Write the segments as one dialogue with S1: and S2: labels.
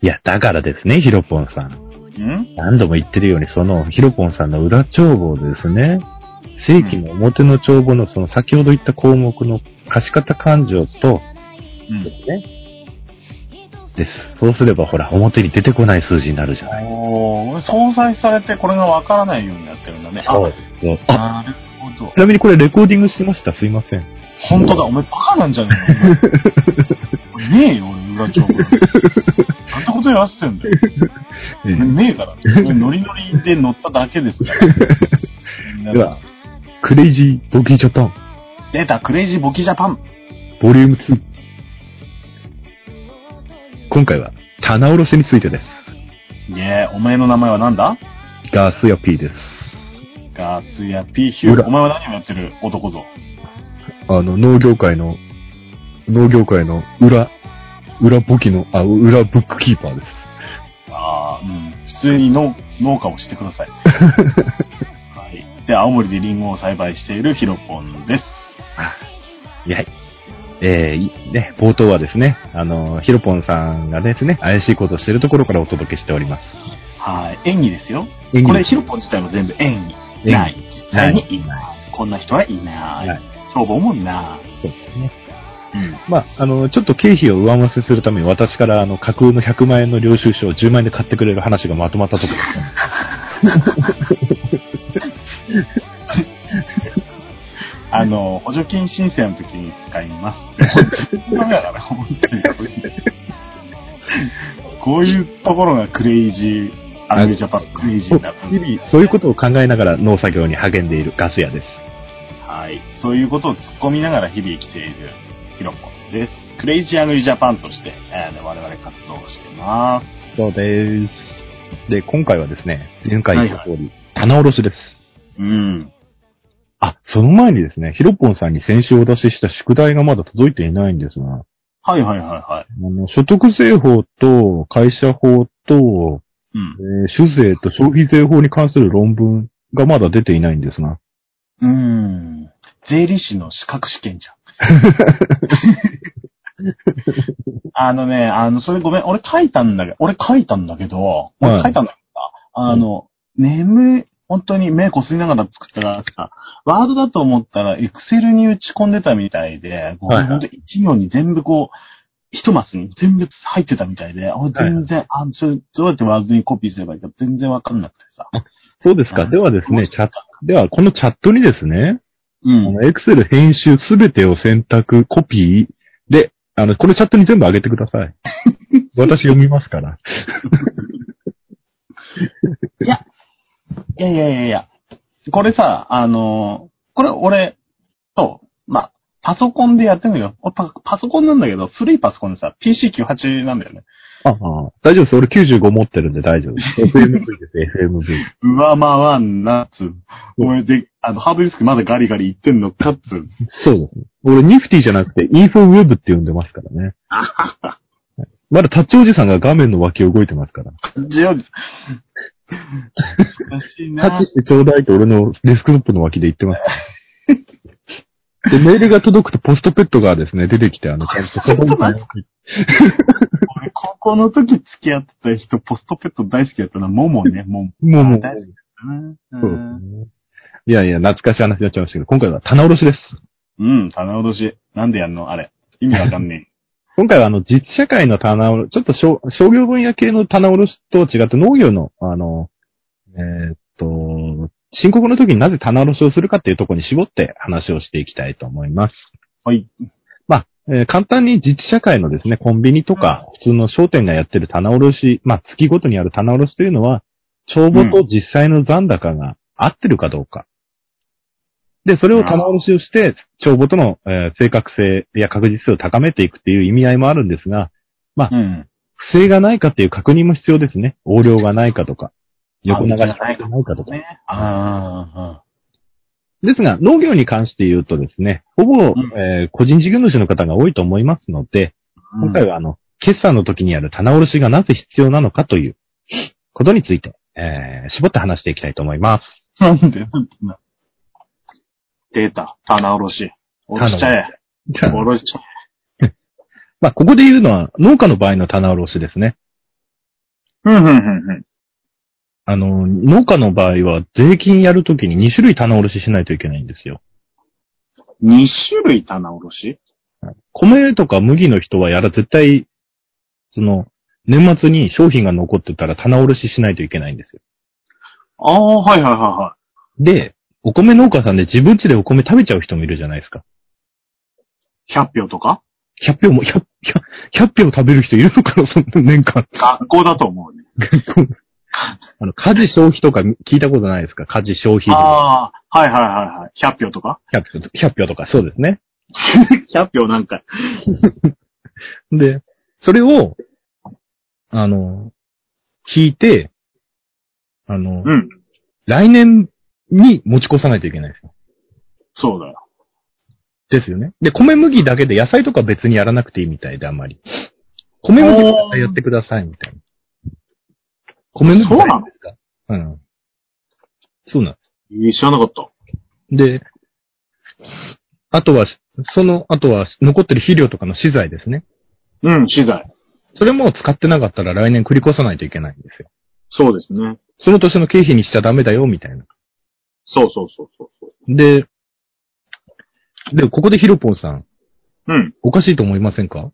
S1: いや、だからですね、ヒロポンさん。
S2: ん
S1: 何度も言ってるように、そのヒロポンさんの裏帳簿ですね。正規の表の帳簿のその先ほど言った項目の貸方勘定と
S2: うん
S1: で。すね。です。そうすればほら、表に出てこない数字になるじゃない。
S2: おー、相殺されてこれがわからないようになってるんだね。あ
S1: そうです
S2: な
S1: あ、
S2: るほど
S1: ち。なみにこれレコーディングしてました。すいません。
S2: 本当だ、お前バカなんじゃねえのねえよ、俺、裏帳簿。なんてこと言わせてんだよ。ねえから。俺ノリノリで乗っただけですから。 みん
S1: で
S2: な
S1: はクレイジーボギージャパン、
S2: 出た、クレイジーボキジャパン。
S1: ボリューム2。今回は棚卸しについてです。
S2: いえ、お前の名前は何だ
S1: ガースや P です。
S2: ガスやピーヒュ
S1: 裏
S2: ー。お前は何をやってる男ぞ。
S1: あの、農業界の、農業界の裏、裏簿記の、あ、裏ブックキーパーです。
S2: ああ、うん。普通に農農家をしてくださ い。はい。で、青森でリンゴを栽培しているヒロポンです。
S1: いや、えーいね、冒頭はですね、あの、ヒロポンさんがですね、怪しいことをしているところからお届けしております。
S2: はい。演技ですよ。
S1: 演技
S2: これ、ヒロポン自体も全部演技。
S1: 演技
S2: ない。実際にいない。こんな人はいない
S1: ない。
S2: 消防もな
S1: そうですね。
S2: い。うん。
S1: まあ、あの、ちょっと経費を上乗せするために私からあの、架空の100万円の領収書を10万円で買ってくれる話がまとまったところです ね。
S2: あの、補助金申請の時に使います。ダメだから、本当 にこれ。こういうところがクレイジー、アングジャパン、クレイジーだ。
S1: 日々、そういうことを考えながら農作業に励んでいるガス屋です。
S2: はい。そういうことを突っ込みながら日々生きているヒロポンです。クレイジーアングリージャパンとして、えーね我々活動をしてます。
S1: そうです。で、今回はですね、前回言った通り、
S2: は
S1: 棚卸しです。
S2: うん。
S1: あ、その前にですね、ヒロポンさんに先週お出しした宿題がまだ届いていないんですが、
S2: はいはいはいは
S1: あの、所得税法と会社法と、
S2: い。うん
S1: え。ー酒税と消費税法に関する論文がまだ出ていないんですが、
S2: うーん。税理士の資格試 験じゃん。あのね、あの、それごめん、俺書いたんだけど、俺書いたんだけど、
S1: は
S2: 俺
S1: い
S2: 書いたんだけどさ、あの、眠い、本当に目こすりながら作ったらさ、ワードだと思ったら、エクセルに打ち込んでたみたいで、こう
S1: はいはい
S2: 本当一行に全部こう、一マスに全部入ってたみたいで、俺全然、あ、それどうやってワードにコピーすればいいか全然わかんなくてさ。
S1: そうですか。ではですね、チャット、ではこのチャットにですね、
S2: う
S1: あ
S2: ん。
S1: の、エクセル編集すべてを選択、コピーで、あの、このチャットに全部上げてくだ さい。私読みますから。
S2: いやいやいやいや。これさ、あのーこれ俺と、まあ、パソコンでやってるんだけど、俺パパソコンなんだけど、古いパソコンでさ、PC98 なんだよね。
S1: ああ、大丈夫です。俺95持ってるんで大丈夫です。FMV です、FMV。
S2: うわまあわんなっつう。俺で、あの、ハードディスクまだガリガリいってんのかっつう。
S1: そうですね。俺、ニフティじゃなくて、E4Web って呼んでますからね。まだタッチおじさんが画面の脇を動いてますから。
S2: ジオジ難しい
S1: タ
S2: な
S1: ッチ。してちょうだいと俺のデスクトップの脇で言ってます。で、メールが届くとポストペットがですね、出てきて、あの、ちゃんと届いてます
S2: 俺、高校の時付き合ってた人、ポストペット大好きだったな。モモね、モモ。
S1: もうもう。
S2: 大好きだったな。
S1: そうですねいやいや、懐かしい話になっちゃいましたけど、今回は棚卸しです。
S2: うん、棚卸し。なんでやんのあれ。意味わかんねえ。
S1: 今回はあの、実社会の棚卸、ちょっと商商業分野系の棚卸しと違って農業の、あの、えーっと、申告の時になぜ棚卸しをするかっていうところに絞って話をしていきたいと思います。
S2: はい。
S1: まあ、えー簡単に実社会のですね、コンビニとか、普通の商店がやってる棚卸し、まあ、月ごとにある棚卸しというのは、帳簿と実際の残高が合ってるかどうか。で、それを棚卸しをして、帳簿との、えー正確性や確実性を高めていくっていう意味合いもあるんですが、
S2: うん。
S1: 不正がないかっていう確認も必要ですね。横領がないかとか、横流しがないかとか。
S2: ね。ああ、
S1: ですが、農業に関して言うとですね、ほぼ、
S2: ん
S1: えー個人事業主の方が多いと思いますので、今回
S2: は。
S1: はあの、決算の時にある棚卸しがなぜ必要なのかということについて、えー、絞って話していきたいと思います。
S2: なんで、なんでな。出た。棚卸し。落ちちゃえ。 下ろしちゃ
S1: まあ、ここで言うのは農家の場合の棚卸しですね。
S2: うん、うん、うん、うん。
S1: あの、農家の場合は税金やるときに2種類棚卸ししないといけないんですよ。
S2: 2種類棚卸し
S1: 米とか麦の人はやら絶対、その、年末に商品が残ってたら棚卸ししないといけないんですよ。
S2: ああ、はいはいはいは
S1: で、お米農家さんで自分家でお米食べちゃう人もいるじゃないですか。
S2: い。100票とか
S1: 100票も、100、100票食べる人いるのかな、そんな年間。
S2: 学校だと思うね。
S1: あの、家事消費とか聞いたことないですか家事消費とか。
S2: ああ、はいはいはいはい。100票とか
S1: 100, 票100票とか、そうですね。
S2: ?100 票なんか。
S1: で、それを、あの、聞いて、あの、
S2: うん。
S1: 来年に持ち越さないといけないですよ。
S2: そうだよ。
S1: ですよね。で、米麦だけで野菜とか別にやらなくていいみたいで、あんまり。米麦の野菜やってください、みたいな。米麦
S2: そうなの
S1: ですかうん。そうなんで
S2: えー知らなかった。
S1: す。で、あとは、その、あとは残ってる肥料とかの資材ですね。
S2: うん、資材。
S1: それも使ってなかったら来年繰り越さないといけないんですよ。
S2: そうですね。
S1: その年の経費にしちゃダメだよ、みたいな。
S2: そうそうそうそうそう。
S1: で、で、ここでヒロポンさん、
S2: うん。
S1: おかしいと思いませんか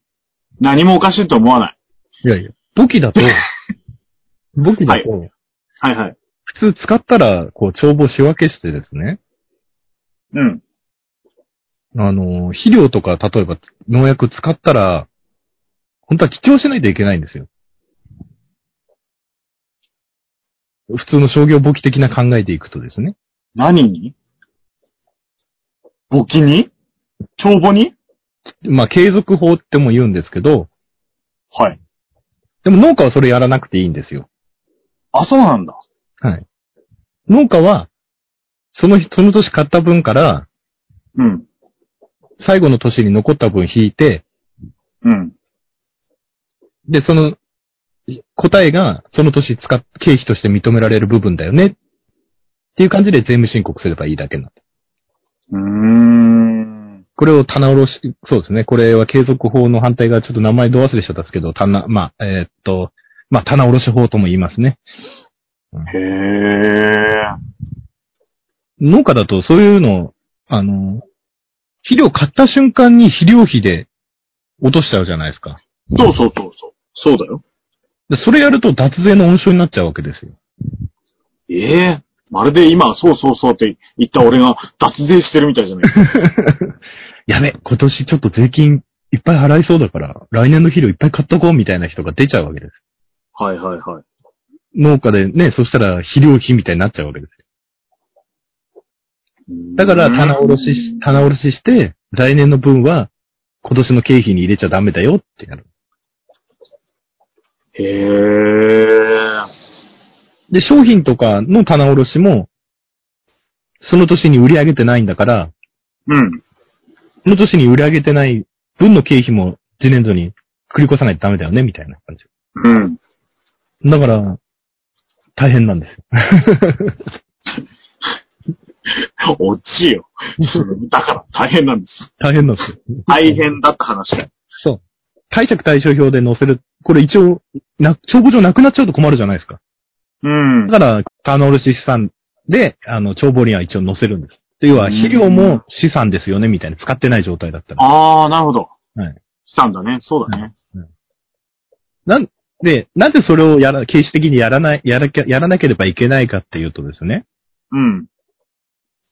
S2: 何もおかしいと思わない。
S1: いやいや、簿記だ と、簿記だと、
S2: はいはい。
S1: 普通使ったら、こう、帳簿仕分けしてですね、
S2: うん。
S1: あの、肥料とか、例えば農薬使ったら、本当は記帳しないといけないんですよ。普通の商業簿記的な考えでいくとですね。
S2: 何に簿記に帳簿に
S1: まあ、継続法っても言うんですけど、
S2: はい。
S1: でも農家はそれやらなくていいんですよ。
S2: あ、そうなんだ。
S1: はい。農家は、その日、その年買った分から、
S2: うん。
S1: 最後の年に残った分引いて、
S2: うん。
S1: で、その、い答えが、その年使っ、経費として認められる部分だよね。っていう感じで税務申告すればいいだけなんで
S2: うーん。
S1: これを棚卸し、そうですね。これは継続法の反対側、ちょっと名前ど忘れしちゃったんですけど、棚、まあ、えーっと、まあ、棚卸し法とも言いますね。
S2: へえ。
S1: 農家だとそういうの、あの、肥料買った瞬間に肥料費で落としちゃうじゃないですか。
S2: そうそうそうそう。そうだよ。
S1: でそれやると脱税の温床になっちゃうわけですよ。
S2: ええまるで今、そうそうそうって言った俺が脱税してるみたいじゃない
S1: やべ、今年ちょっと税金いっぱい払いそうだから、来年の肥料いっぱい買っとこうみたいな人が出ちゃうわけです。
S2: はいはいはい。
S1: 農家でね、そしたら肥料費みたいになっちゃうわけです。だから棚卸しし、棚卸しして、来年の分は今年の経費に入れちゃダメだよってなる。
S2: へえ。
S1: で、商品とかの棚卸しも、その年に売り上げてないんだから、
S2: うん。
S1: その年に売り上げてない分の経費も次年度に繰り越さないとダメだよね、みたいな感じ。
S2: うん。
S1: だから、大変なんですよ。
S2: 落ちよ。だから大変なんです。
S1: 大変なんですよ。
S2: 大変だった話が。
S1: そう。貸借対照表で載せる。これ一応、な、帳簿上なくなっちゃうと困るじゃないですか。
S2: うん
S1: だ。から、棚卸資産で、あの、帳簿には一応載せるんです。要は、
S2: うん
S1: 肥料も資産ですよね、みたいな。使ってない状態だったら。
S2: ああ、なるほど。
S1: はい。
S2: したんだね。そうだね。
S1: なんで、なんでそれをやら、形式的にやらない、やらきゃ、やらなければいけないかっていうとですね。
S2: うん。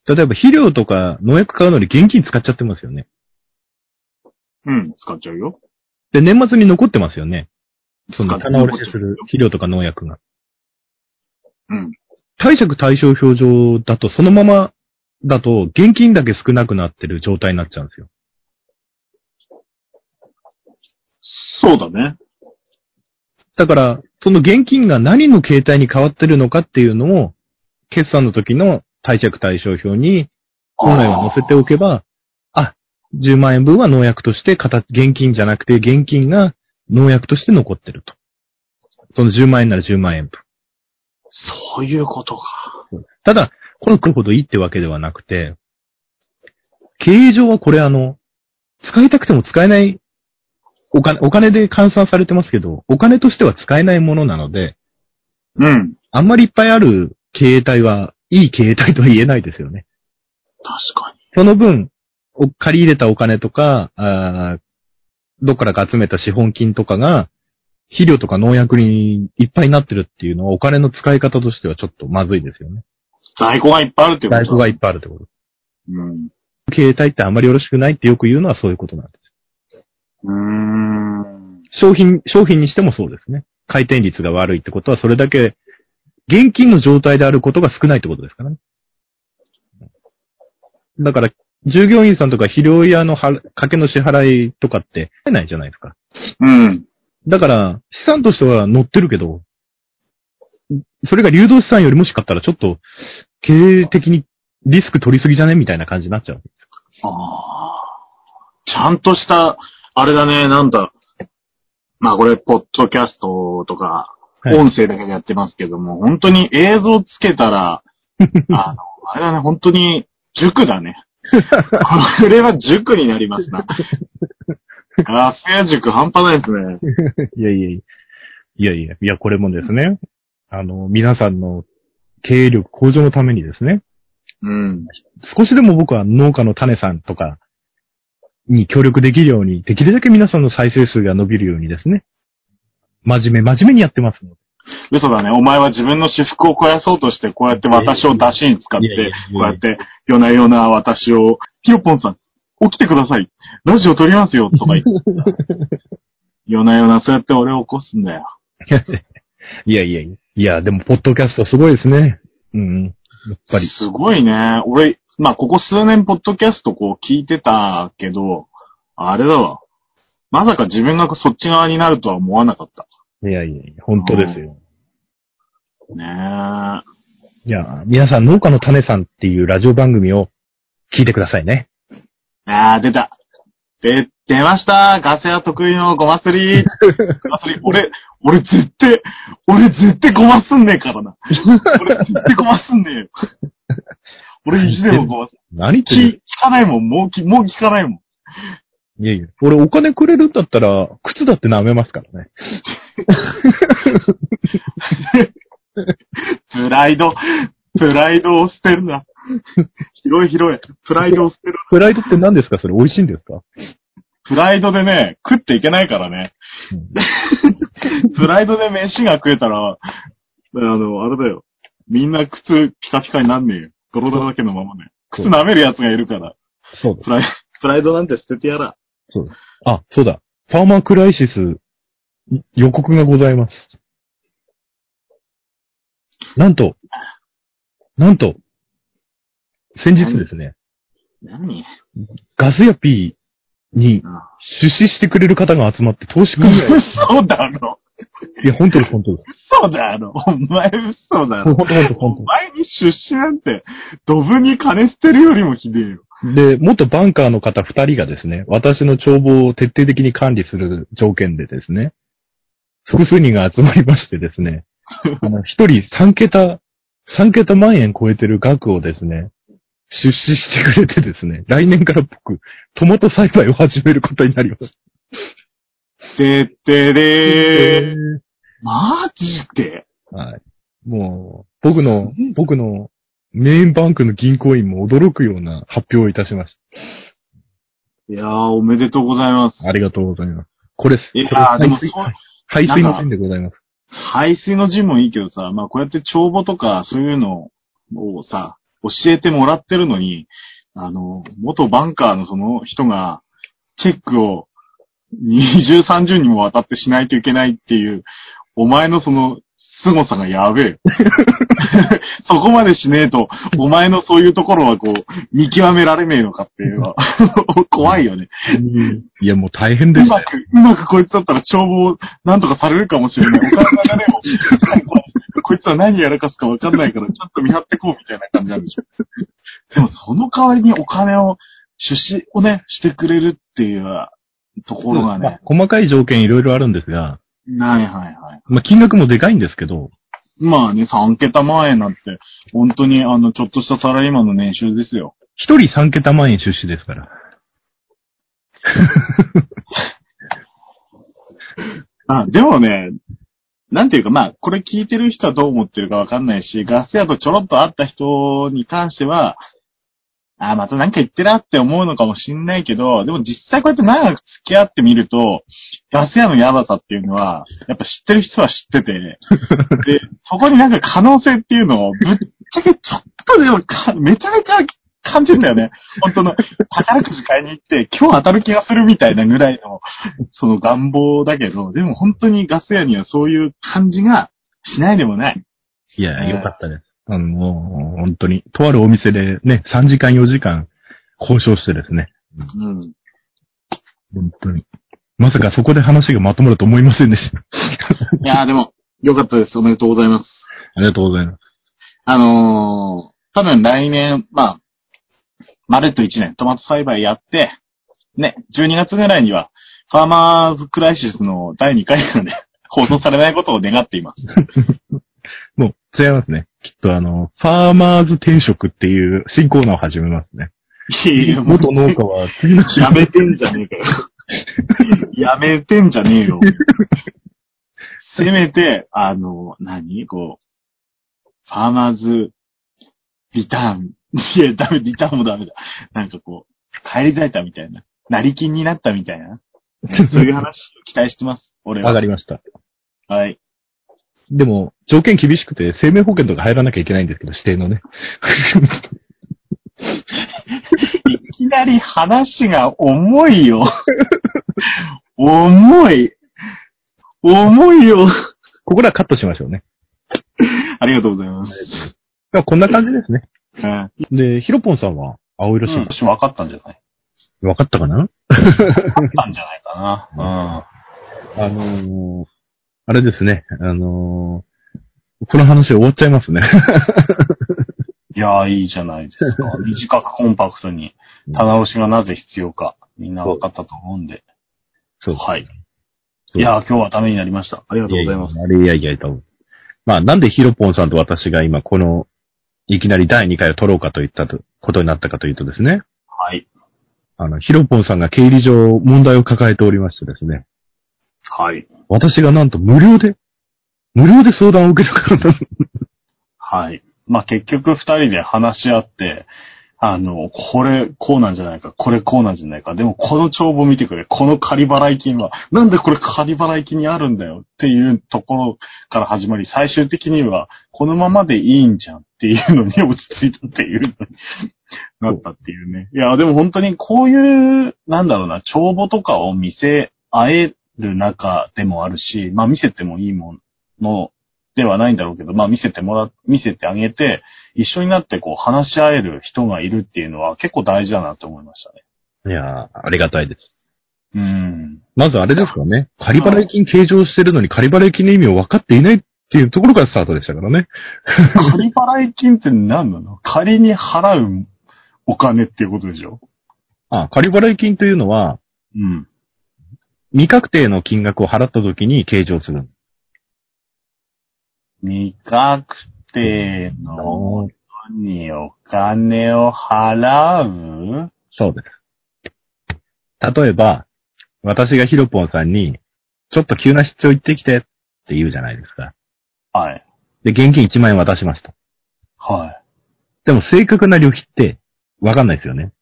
S1: 例えば、肥料とか農薬買うのに現金使っちゃってますよね。
S2: うん。使っちゃうよ。
S1: で、年末に残ってますよね。
S2: 使
S1: そ
S2: っ
S1: の、
S2: ち
S1: 棚
S2: ゃう
S1: 卸しする肥料とか農薬が。
S2: うん。
S1: 貸借対照表上だと、そのままだと、現金だけ少なくなってる状態になっちゃうんですよ。
S2: そうだね。
S1: だから、その現金が何の形態に変わってるのかっていうのを、決算の時の貸借対照表に、本来は載せておけば、あ、10万円分は農薬として、形現金じゃなくて、現金が農薬として残ってると。その10万円なら10万円分。
S2: そういうことか。
S1: ただ、このくほどいいってわけではなくて、経営上はこれあの、使いたくても使えない、お金、お金で換算されてますけど、お金としては使えないものなので、
S2: うん。
S1: あんまりいっぱいある経営体は、いい経営体とは言えないですよね。
S2: 確かに。
S1: その分、お借り入れたお金とか、あーどっからか集めた資本金とかが、肥料とか農薬にいっぱいになってるっていうのは、お金の使い方としてはちょっとまずいですよね。
S2: 在庫がいっぱいあるってこと
S1: 在庫がい
S2: っ
S1: っぱいあるってこと。
S2: ぱい。うん。
S1: 経営体ってあんまりよろしくないってよく言うのはそういうことなんで
S2: うーん。
S1: す。商品、商品にしてもそうですね。回転率が悪いってことは、それだけ、現金の状態であることが少ないってことですからね。だから、従業員さんとか肥料屋のは掛けの支払いとかって、出ないじゃないですか。
S2: うん。
S1: だから、資産としては乗ってるけど、それが流動資産よりもしかったらちょっと、経営的にリスク取りすぎじゃねみたいな感じになっちゃう。
S2: あーちゃんとした、あれだね、なんだ。まあこれ、ポッドキャストとか、
S1: はい
S2: 音声だけでやってますけども、本当に映像つけたら、あの、あれだね、本当に、塾だね。これは塾になりますな。ガス屋塾半端ないですね。
S1: いやいやいや。いやいや、いや、これもですね、あの、皆さんの経営力向上のためにですね、
S2: うん。
S1: 少しでも僕は農家の種さんとかに協力できるように、できるだけ皆さんの再生数が伸びるようにですね、真面目、真面目にやってますので。
S2: 嘘だね。お前は自分の私服を肥やそうとして、こうやって私を出しに使って、こうやって、夜な夜な私を、ひよぽんさん、起きてください。ラジオ撮りますよ、とか言って。夜な夜なそうやって俺を起こすんだよ。
S1: いやいやいや。いや、でも、ポッドキャストすごいですね。うん。やっぱり。
S2: すごいね。俺、まあ、ここ数年、ポッドキャストこう聞いてたけど、あれだわ。まさか自分がそっち側になるとは思わなかった。
S1: いやいやいや、本当ですよ。
S2: ね
S1: いや、皆さん、農家の種さんっていうラジオ番組を聞いてくださいね。
S2: え。ああ、出た。で、出ました。ガセは得意のごますり。ごます り。俺、俺絶対、俺絶対ごますんねえからな。俺絶対ごますんねえよ。俺いつ でもごます。
S1: 何言って
S2: 聞
S1: る
S2: 聞かないもん、もう聞、もう聞かないもん。
S1: いやいや、俺お金くれるんだったら、靴だって舐めますからね。
S2: プライド、プライドを捨てる な。広い広い、プライドを捨てる。
S1: フライドって何ですかそれ美味しいんですか
S2: プライドでね、食っていけないからね。プライドで飯が食えたら、あの、あれだよ。みんな靴ピカピカになんねえよ。泥だらけのままね。
S1: そ
S2: 靴
S1: う
S2: 舐める奴がいるから。
S1: そうです。
S2: プライプライドなんて捨ててやら。
S1: あ、そうだ。ファーマークライシス予告がございます。なんと、なんと、先日ですね、
S2: 何
S1: ガス屋 P に
S2: あ
S1: 出資してくれる方が集まって投資組合。 い
S2: 嘘だろ
S1: や、本当です、本当です。
S2: 嘘だろお前嘘だ
S1: 本
S2: ろ
S1: 当、本当、
S2: お
S1: 本
S2: 前に出資なんて、ドブに金捨てるよりもひでえよ。
S1: 当。で、元バンカーの方二人がですね、私の帳簿を徹底的に管理する条件でですね、複数人が集まりましてです ね、あの、一人三桁、三桁万円超えてる額をですね、出資してくれてですね、来年から僕、トマト栽培を始めることになりました。
S2: てってれー。マジで
S1: はい。もう、僕の、僕のメインバンクの銀行員も驚くような発表をいたしまし
S2: いやー、おめでとうございます。
S1: た。ありがとうございます。これ、
S2: いや
S1: これ
S2: ー、でも
S1: 排水
S2: そう、
S1: 排水の件でございます。
S2: 排水の字もいいけどさ、まあこうやって帳簿とかそういうのをさ、教えてもらってるのに、あの、元バンカーのその人が、チェックを20、30にもわたってしないといけないっていう、お前のその凄さがやべえよ。そこまでしねえと、お前のそういうところはこう、見極められねえのかっていうのは、怖いよね。
S1: いや、もう大変で
S2: う
S1: し
S2: ま
S1: た。
S2: く、うまくこいつだったら帳簿をなんとかされるかもしれ ない。お母さんがでも、こいつは何やらかすかわかんないから、ちょっと見張ってこうみたいな感じなんでし ょ。でもその代わりにお金を、出資をね、してくれるっていうところが
S1: まあ
S2: ね。
S1: 細かい条件いろいろあるんですが、
S2: はいはいはい。
S1: まあ、金額もでかいんですけど、
S2: まあね、3桁万円なんて、本当にあの、ちょっとしたサラリーマンの年収ですよ。
S1: 一人三桁万円出資ですから。
S2: あ、でもね、なんていうか、まあ、これ聞いてる人はどう思ってるかわかんないし、ガス屋とちょろっと会った人に関しては、ああ、またなんか言ってなって思うのかもしんないけど、でも実際こうやって長く付き合ってみると、ガス屋のやばさっていうのは、やっぱ知ってる人は知ってて、で、そこになんか可能性っていうのを、ぶっちゃけちょっとでもか、めちゃめちゃ感じるんだよね。本当の、宝くじ買いに行って、今日当たる気がするみたいなぐらいの、その願望だけど、でも本当にガス屋にはそういう感じがしないでもない。
S1: いや、
S2: ね
S1: よかったです。あの、もう本当に、とあるお店でね、3時間4時間交渉してですね、
S2: うん。
S1: 本当に。まさかそこで話がまとまると思いませんでした。
S2: いやーでも、よかったです。おめでとうございます。
S1: ありがとうございます。
S2: あのー、多分来年、まあ、まるっと1年、トマト栽培やって、ね、12月ぐらいには、ファーマーズクライシスの第2回なんで、放送されないことを願っています。
S1: もう、違いますね。きっとあの、ファーマーズ転職っていう新コーナーを始めますね。
S2: いやいや、もう
S1: 元農家は次の
S2: やめてんじゃねえか よ。やめてんじゃねえよ。せめて、あの、何こう、ファーマーズ、リターン。いや、ダメ、リターンもダメだ。なんかこう、帰り咲いたみたいな。成金になったみたいな。そういう話を期待してます。俺
S1: わ
S2: は。
S1: かりました。
S2: はい。
S1: でも、条件厳しくて、生命保険とか入らなきゃいけないんですけど、指定のね。
S2: いきなり話が重いよ。重い。重いよ。
S1: ここらカットしましょうね。
S2: ありがとうございます。
S1: でもこんな感じですね。
S2: うん。
S1: で、ヒロポンさんは、青色新聞、
S2: 私分かったんじゃない
S1: わかったかな
S2: あったんじゃないかな。
S1: あのー、あれですね、あのー、この話終わっちゃいますね。
S2: うん。いやー、いいじゃないです か。短くコンパクトに、棚卸しがなぜ必要か、みんな分かったと思うんで。
S1: そう
S2: はい。
S1: う
S2: いやー、今日はためになりました。ありがとうございます。
S1: やいやいや、多分。まあ、なんでヒロポンさんと私が今、この、いきなり第2回を取ろうかと言ったとことになったかというとですね、
S2: はい。
S1: あの、ヒロポンさんが経理上問題を抱えておりましてですね、
S2: はい。
S1: 私がなんと無料で、無料で相談を受けたからなんです
S2: はい。まあ、結局二人で話し合って、あの、これこうなんじゃないか、これこうなんじゃないか。でもこの帳簿見てくれ。この仮払い金は、なんでこれ仮払い金にあるんだよっていうところから始まり、最終的には、このままでいいんじゃんっていうのに落ち着いたっていうのになったっていうね。いや、でも本当にこういう、なんだろうな、帳簿とかを見せ合える中でもあるし、まあ見せてもいいものではないんだろうけど、まあ見せてもら、見せてあげて、一緒になってこう話し合える人がいるっていうのは結構大事だなと思いましたね。
S1: いやー、ありがたいです。
S2: うん。
S1: まずあれですかね、仮払い金計上してるのに仮払い金の意味を分かっていないっていうところからスタートでしたからね。
S2: 仮払い金って何なの仮に払うお金っていうことでしょ
S1: あ、仮払い金というのは、
S2: うん。
S1: 未確定の金額を払った時に計上する。
S2: 未確定のにお金を払う
S1: そうです。例えば、私がヒロポンさんに、ちょっと急な出張行ってきてって言うじゃないですか。
S2: はい。
S1: で、現金1万円渡しますと。
S2: はい。
S1: でも正確な旅費って、わかんないですよね。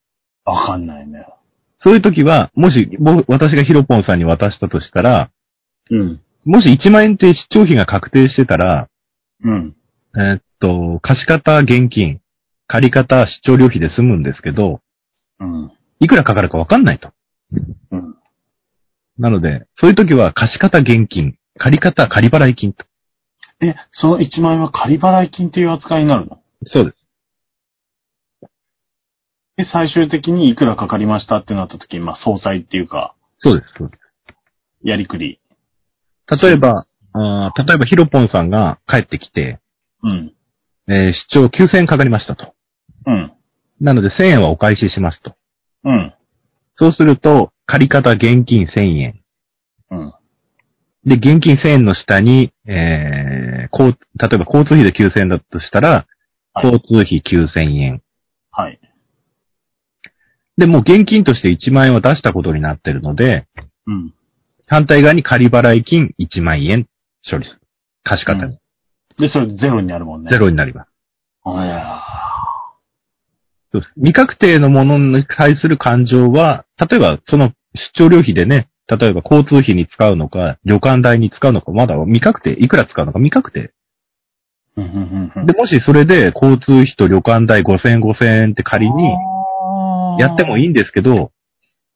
S2: わかんないね。
S1: そういう時は、もし、僕私がヒロポンさんに渡したとしたら、
S2: うん。
S1: もし1万円って出張費が確定してたら、
S2: うん。
S1: えーっと、貸方現金、借り方出張旅費で済むんですけど、
S2: うん。
S1: いくらかかるかわかんないと。
S2: うん。
S1: なので、そういう時は貸方現金、借り方借払い金と。
S2: え、その1万円は仮払い金っていう扱いになるの
S1: そうです。
S2: で、最終的にいくらかかりましたってなった時に、まあ、総裁っていうか、
S1: そうです。そうで
S2: やりくり。
S1: す例えば、あー例えばヒロポンさんが帰ってきて、
S2: うん。
S1: えー出張9000円かかりましたと。
S2: うん。
S1: なので1000円はお返ししますと。
S2: うん。
S1: そうすると、借方現金1000円。
S2: うん。
S1: で、現金1000円の下に、えー、こう、例えば交通費で9000円だとしたら、
S2: はい
S1: 交通費9000円。
S2: はい。
S1: で、もう現金として1万円は出したことになってるので、
S2: うん。
S1: 反対側に仮払い金1万円処理する。貸方に。
S2: で、それゼロになるもんね。
S1: ゼ。ロになります。
S2: あいや
S1: そうです未確定のものに対する感情は、例えばその出張旅費でね、例えば交通費に使うのか、旅館代に使うのか、まだ未確定、いくら使うのか未確定。
S2: ー。うんうんうんうん
S1: で、もしそれで交通費と旅館代5000円5000円って仮にやっても
S2: い
S1: いいんですけど、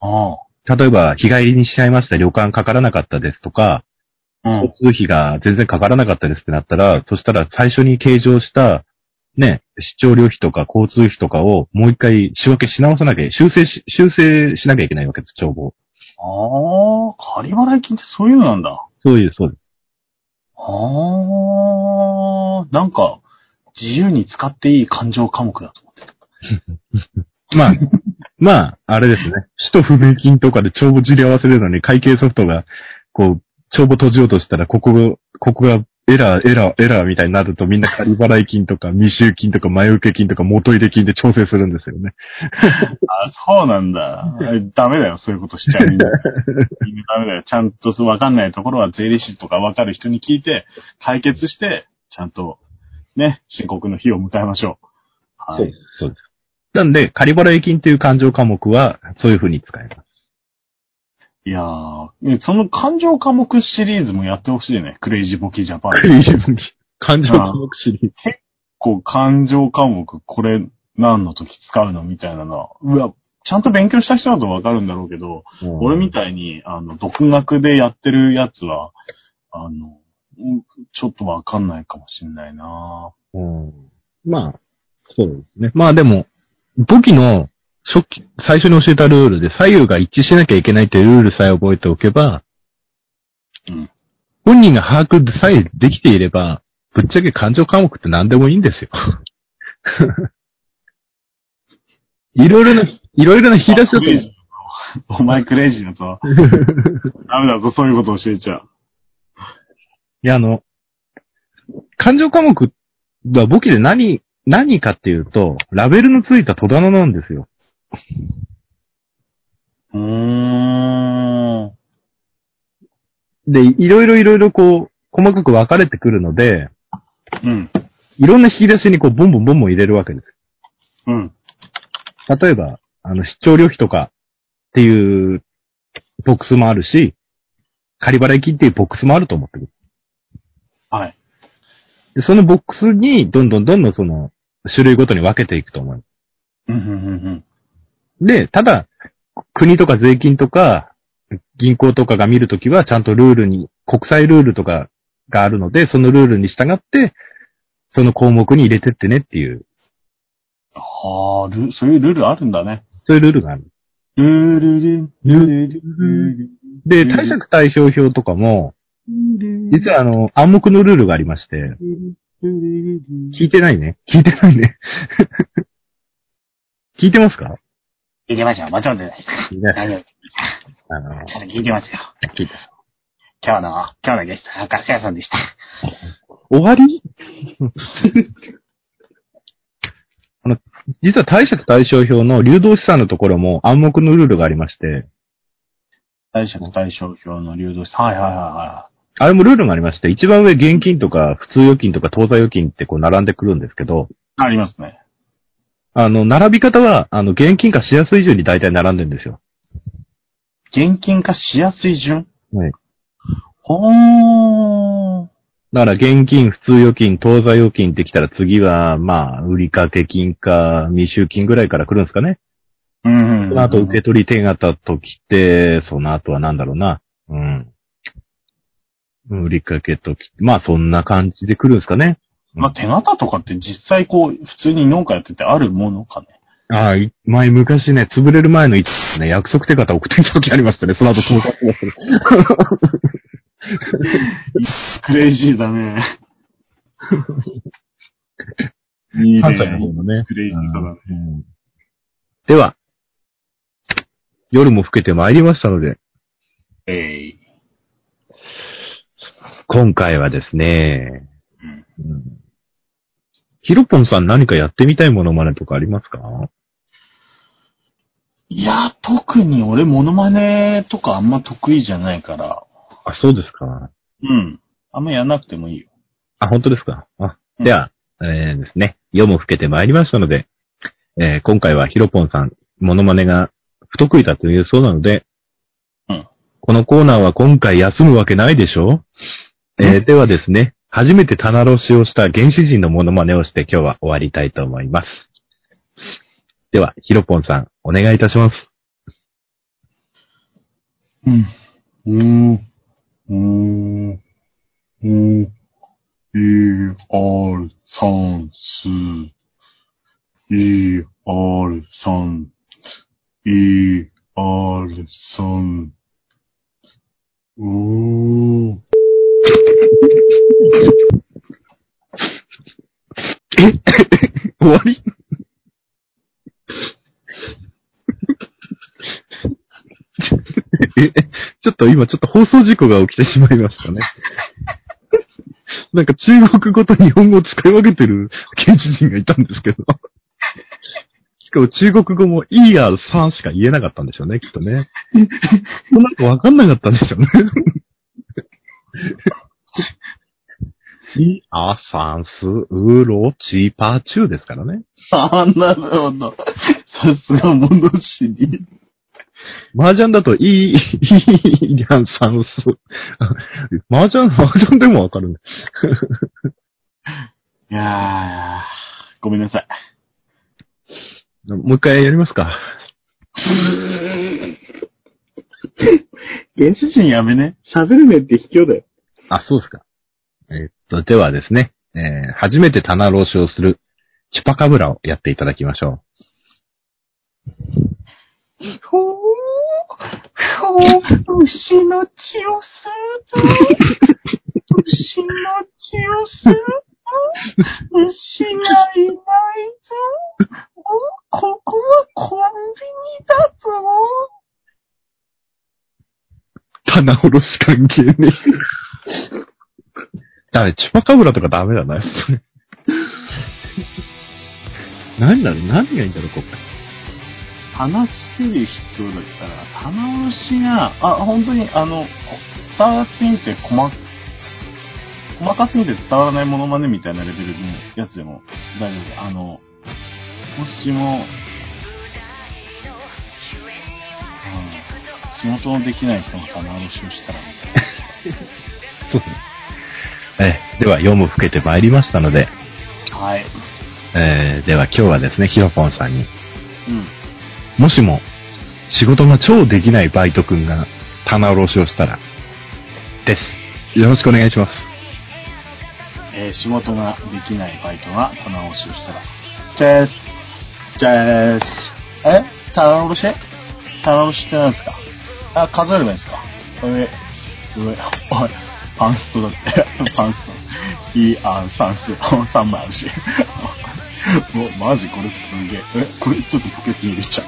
S2: あ
S1: 例えば日帰りにしちゃいました、旅館かからなかったですとか、
S2: あ。うん。
S1: 交通費が全然かからなかったですってなったら、そしたら最初に計上した、ね、出張旅費とか交通費とかをもう一回仕分けし直さなきゃ、修正し、修正しなきゃいけないわけです、帳簿。
S2: ああ、仮払い金ってそういうのなんだ。
S1: そういう、そうです。
S2: ああ、なんか、自由に使っていい感情科目だと思ってた。
S1: まあ、まあ、あれですね。使途不明金とかで帳簿じり合わせるのに会計ソフトが、こう、帳簿閉じようとしたら、ここ、ここがエラー、エラー、エラーみたいになるとみんな仮払い金とか未収金とか前受け金とか元入れ金で調整するんですよね。
S2: あそうなんだ。ダメだよ、そういうことしちゃう。みんなみんなダメだよ。ちゃんとわかんないところは税理士とかわかる人に聞いて、解決して、ちゃんと、ね、申告の日を迎えましょう。は
S1: そうで
S2: い。
S1: す、そうです。なんで、仮払い金という勘定科目は、そういうふうに使えます。
S2: いやー、ねその感情科目シリーズもやってほしいね。クレイジーボキジャパン。
S1: クレイジー分岐。勘定科目シリーズ。
S2: こう、感情科目、これ何の時使うのみたいなのは、うわ、ちゃんと勉強した人だとわかるんだろうけど、俺み
S1: い。
S2: たいに、あの、独学でやってるやつは、あの、うんちょっとわかんないかもしんないな
S1: うんまあ、そうですね。まあでも、簿記の初期、最初に教えたルールで左右が一致しなきゃいけないというルールさえ覚えておけば、
S2: うん
S1: 本人が把握さえできていれば、ぶっちゃけ勘定科目って何でもいいんですよ。 いろいろな、いろいろな引き出しだと
S2: クレイジーお前クレイジーだぞ。 ダメだぞ、そういうこと教えちゃう。
S1: いや、あの、感情科目は簿記で何、何かっていうと、ラベルのついた戸棚なんですよ。
S2: うーん。
S1: で、いろいろいろいろこう、細かく分かれてくるので、
S2: うん。
S1: いろんな引き出しにこう、ボンボンボンボン入れるわけです。
S2: うん。
S1: 例えば、あの、出張旅費とかっていうボックスもあるし、仮払い金っていうボックスもあると思ってる。
S2: はい。
S1: でそのボックスに、どんどんどんどんその、種類ごとに分けていくと思う。
S2: うん、うん、うん
S1: で、ただ、国とか税金とか、銀行とかが見るときは、ちゃんとルールに、国際ルールとかがあるので、そのルールに従って、その項目に入れてってねっていう、
S2: うん。はあ、ルそういうルールあるんだね。
S1: そういうルールがある。
S2: ルールルン、ルールルン、ル
S1: で、貸借対照表とかも、
S2: ール
S1: 実はあの、暗黙のルールがありまして、聞いてないね。聞いてないね。 聞いてますか
S3: 聞いてますよ。もちろんじゃないですか。
S1: いや
S3: 大丈夫です。
S1: あの、
S3: ちゃんと聞いてますよ。
S1: 聞いて
S3: 今日の、今日のゲストはガス屋さんでした。
S1: 終わり あの、実は貸借対照表の流動資産のところも暗黙のルールがありまして、
S2: 貸借対照表の流動資産。はいはいはいは
S1: あれもルールがありまして、一番上現金とか普通預金とか当座預金ってこう並んでくるんですけど、
S2: い。ありますね。
S1: あの、並び方は、あの、現金化しやすい順に大体並んでるんですよ。
S2: 現金化しやすい順
S1: はい。
S2: ほー。
S1: だから、現金、普通預金、当座預金ってきたら次は、まあ、売掛金か、未収金ぐらいから来るんですかね。
S2: うん。
S1: その後、受け取り手形ときて、その後はなんだろうな。うん。売りかけとき、まあそんな感じで来るんですかね。
S2: まあ、手形とかって実際こう、普通に農家やっててあるものかね。
S1: ああ、い前昔ね、潰れる前のいね、約束手形送ってきた時ありましたね。その後当座預金が来る、
S2: クレイジーだね。 いい
S1: 関西の方
S2: ね。
S1: のね。
S2: クレイジーさだね。
S1: うんでは、夜も更けてまいりましたので、
S2: えい。
S1: 今回はですね
S2: うん、
S1: うんヒロポンさん何かやってみたいものまねとかありますか
S2: いや、特に俺モノマネとかあんま得意じゃないから、
S1: あ、そうですか。
S2: うん。あんまやんなくてもいいよ。
S1: あ、本当ですか。あ、
S2: うん
S1: では、えーですね、夜も更けてまいりましたので、えー今回はヒロポンさん、モノマネが不得意だというそうなので、
S2: うん
S1: このコーナーは今回休むわけないでしょえーではですね、初めて棚卸しをした原始人のモノマネをして今日は終わりたいと思います。では、ヒロポンさん、お願いいたします。
S2: うん。うん。うん。うん。E, R, 三、す。E, R, 三。E, R, 三。うー。
S1: 終わり え、ちょっと今ちょっと放送事故が起きてしまいましたね。なんか中国語と日本語を使い分けてる現地人がいたんですけど。しかも中国語も E や3しか言えなかったんでしょうね、きっとね。なんかわかんなかったんでしょうね。E アサンス、ウロ、チーパーチューですからね。
S2: あー、なるほど。さすが、ものしり。
S1: 麻雀だと、いい、いい、りゃん、算数。麻雀、麻雀でもわかるね。
S2: いやー、ごめんなさい。
S1: もう一回やりますか。
S2: 原始人やめね。
S4: 喋る面って卑怯だよ。
S1: あ、そうですか。えっと、ではですね、えー初めて棚卸しをする、チュパカブラをやっていただきましょ
S3: ほう、ほう、牛の血を吸うぞ。牛の血を吸うぞ。牛がいないぞ。お、ここはコンビニだぞ。
S1: う。棚卸し関係ねえダメ、チュパカブラとかダメだな、やっぱり。何だろう何がいいんだろう、ここ。
S2: 話せる人だったら、棚卸しが、あ、本当に、あの、伝わすぎて細、細かすぎて伝わらないモノマネみたいなレベルのやつでも大丈夫。あの、もしも、うん、仕事のできない人の棚卸しをしたら、
S1: そうね。えーでは、読む吹けてまいりましたので、
S2: はい。
S1: えーでは今日はですね、ヒロポンさんに、
S2: うん。
S1: もしも仕事が超できないバイト君が棚卸しをしたら、です。よろしくお願いします。
S2: えー仕事ができないバイトが棚卸しをしたら。です。です。え棚卸し棚卸しって何ですかあ、数えればいいんですか上、上、おい、パンストだって、パンスト。いい、あ、三数、 三枚あるし。もう、マジこれすげえ。え、これちょっとポケットに入れちゃう。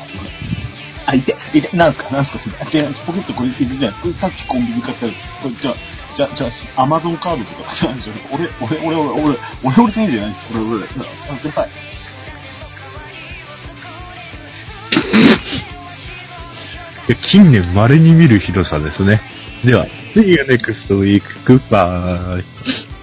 S2: あ、いて、いて、なんすか、なんすか、それ。あ、違う、ポケットこれ入れてない。これさっきコンビニ買ったやつ。これ、じゃあ、じゃあ、じゃあ、アマゾンカードとか、じゃあ、じゃあ俺、俺、俺、俺、俺、俺、俺、先生じゃないです。俺、俺、俺、あ先輩。
S1: 近年稀に見るひどさですね。では、See you next week. Goodbye.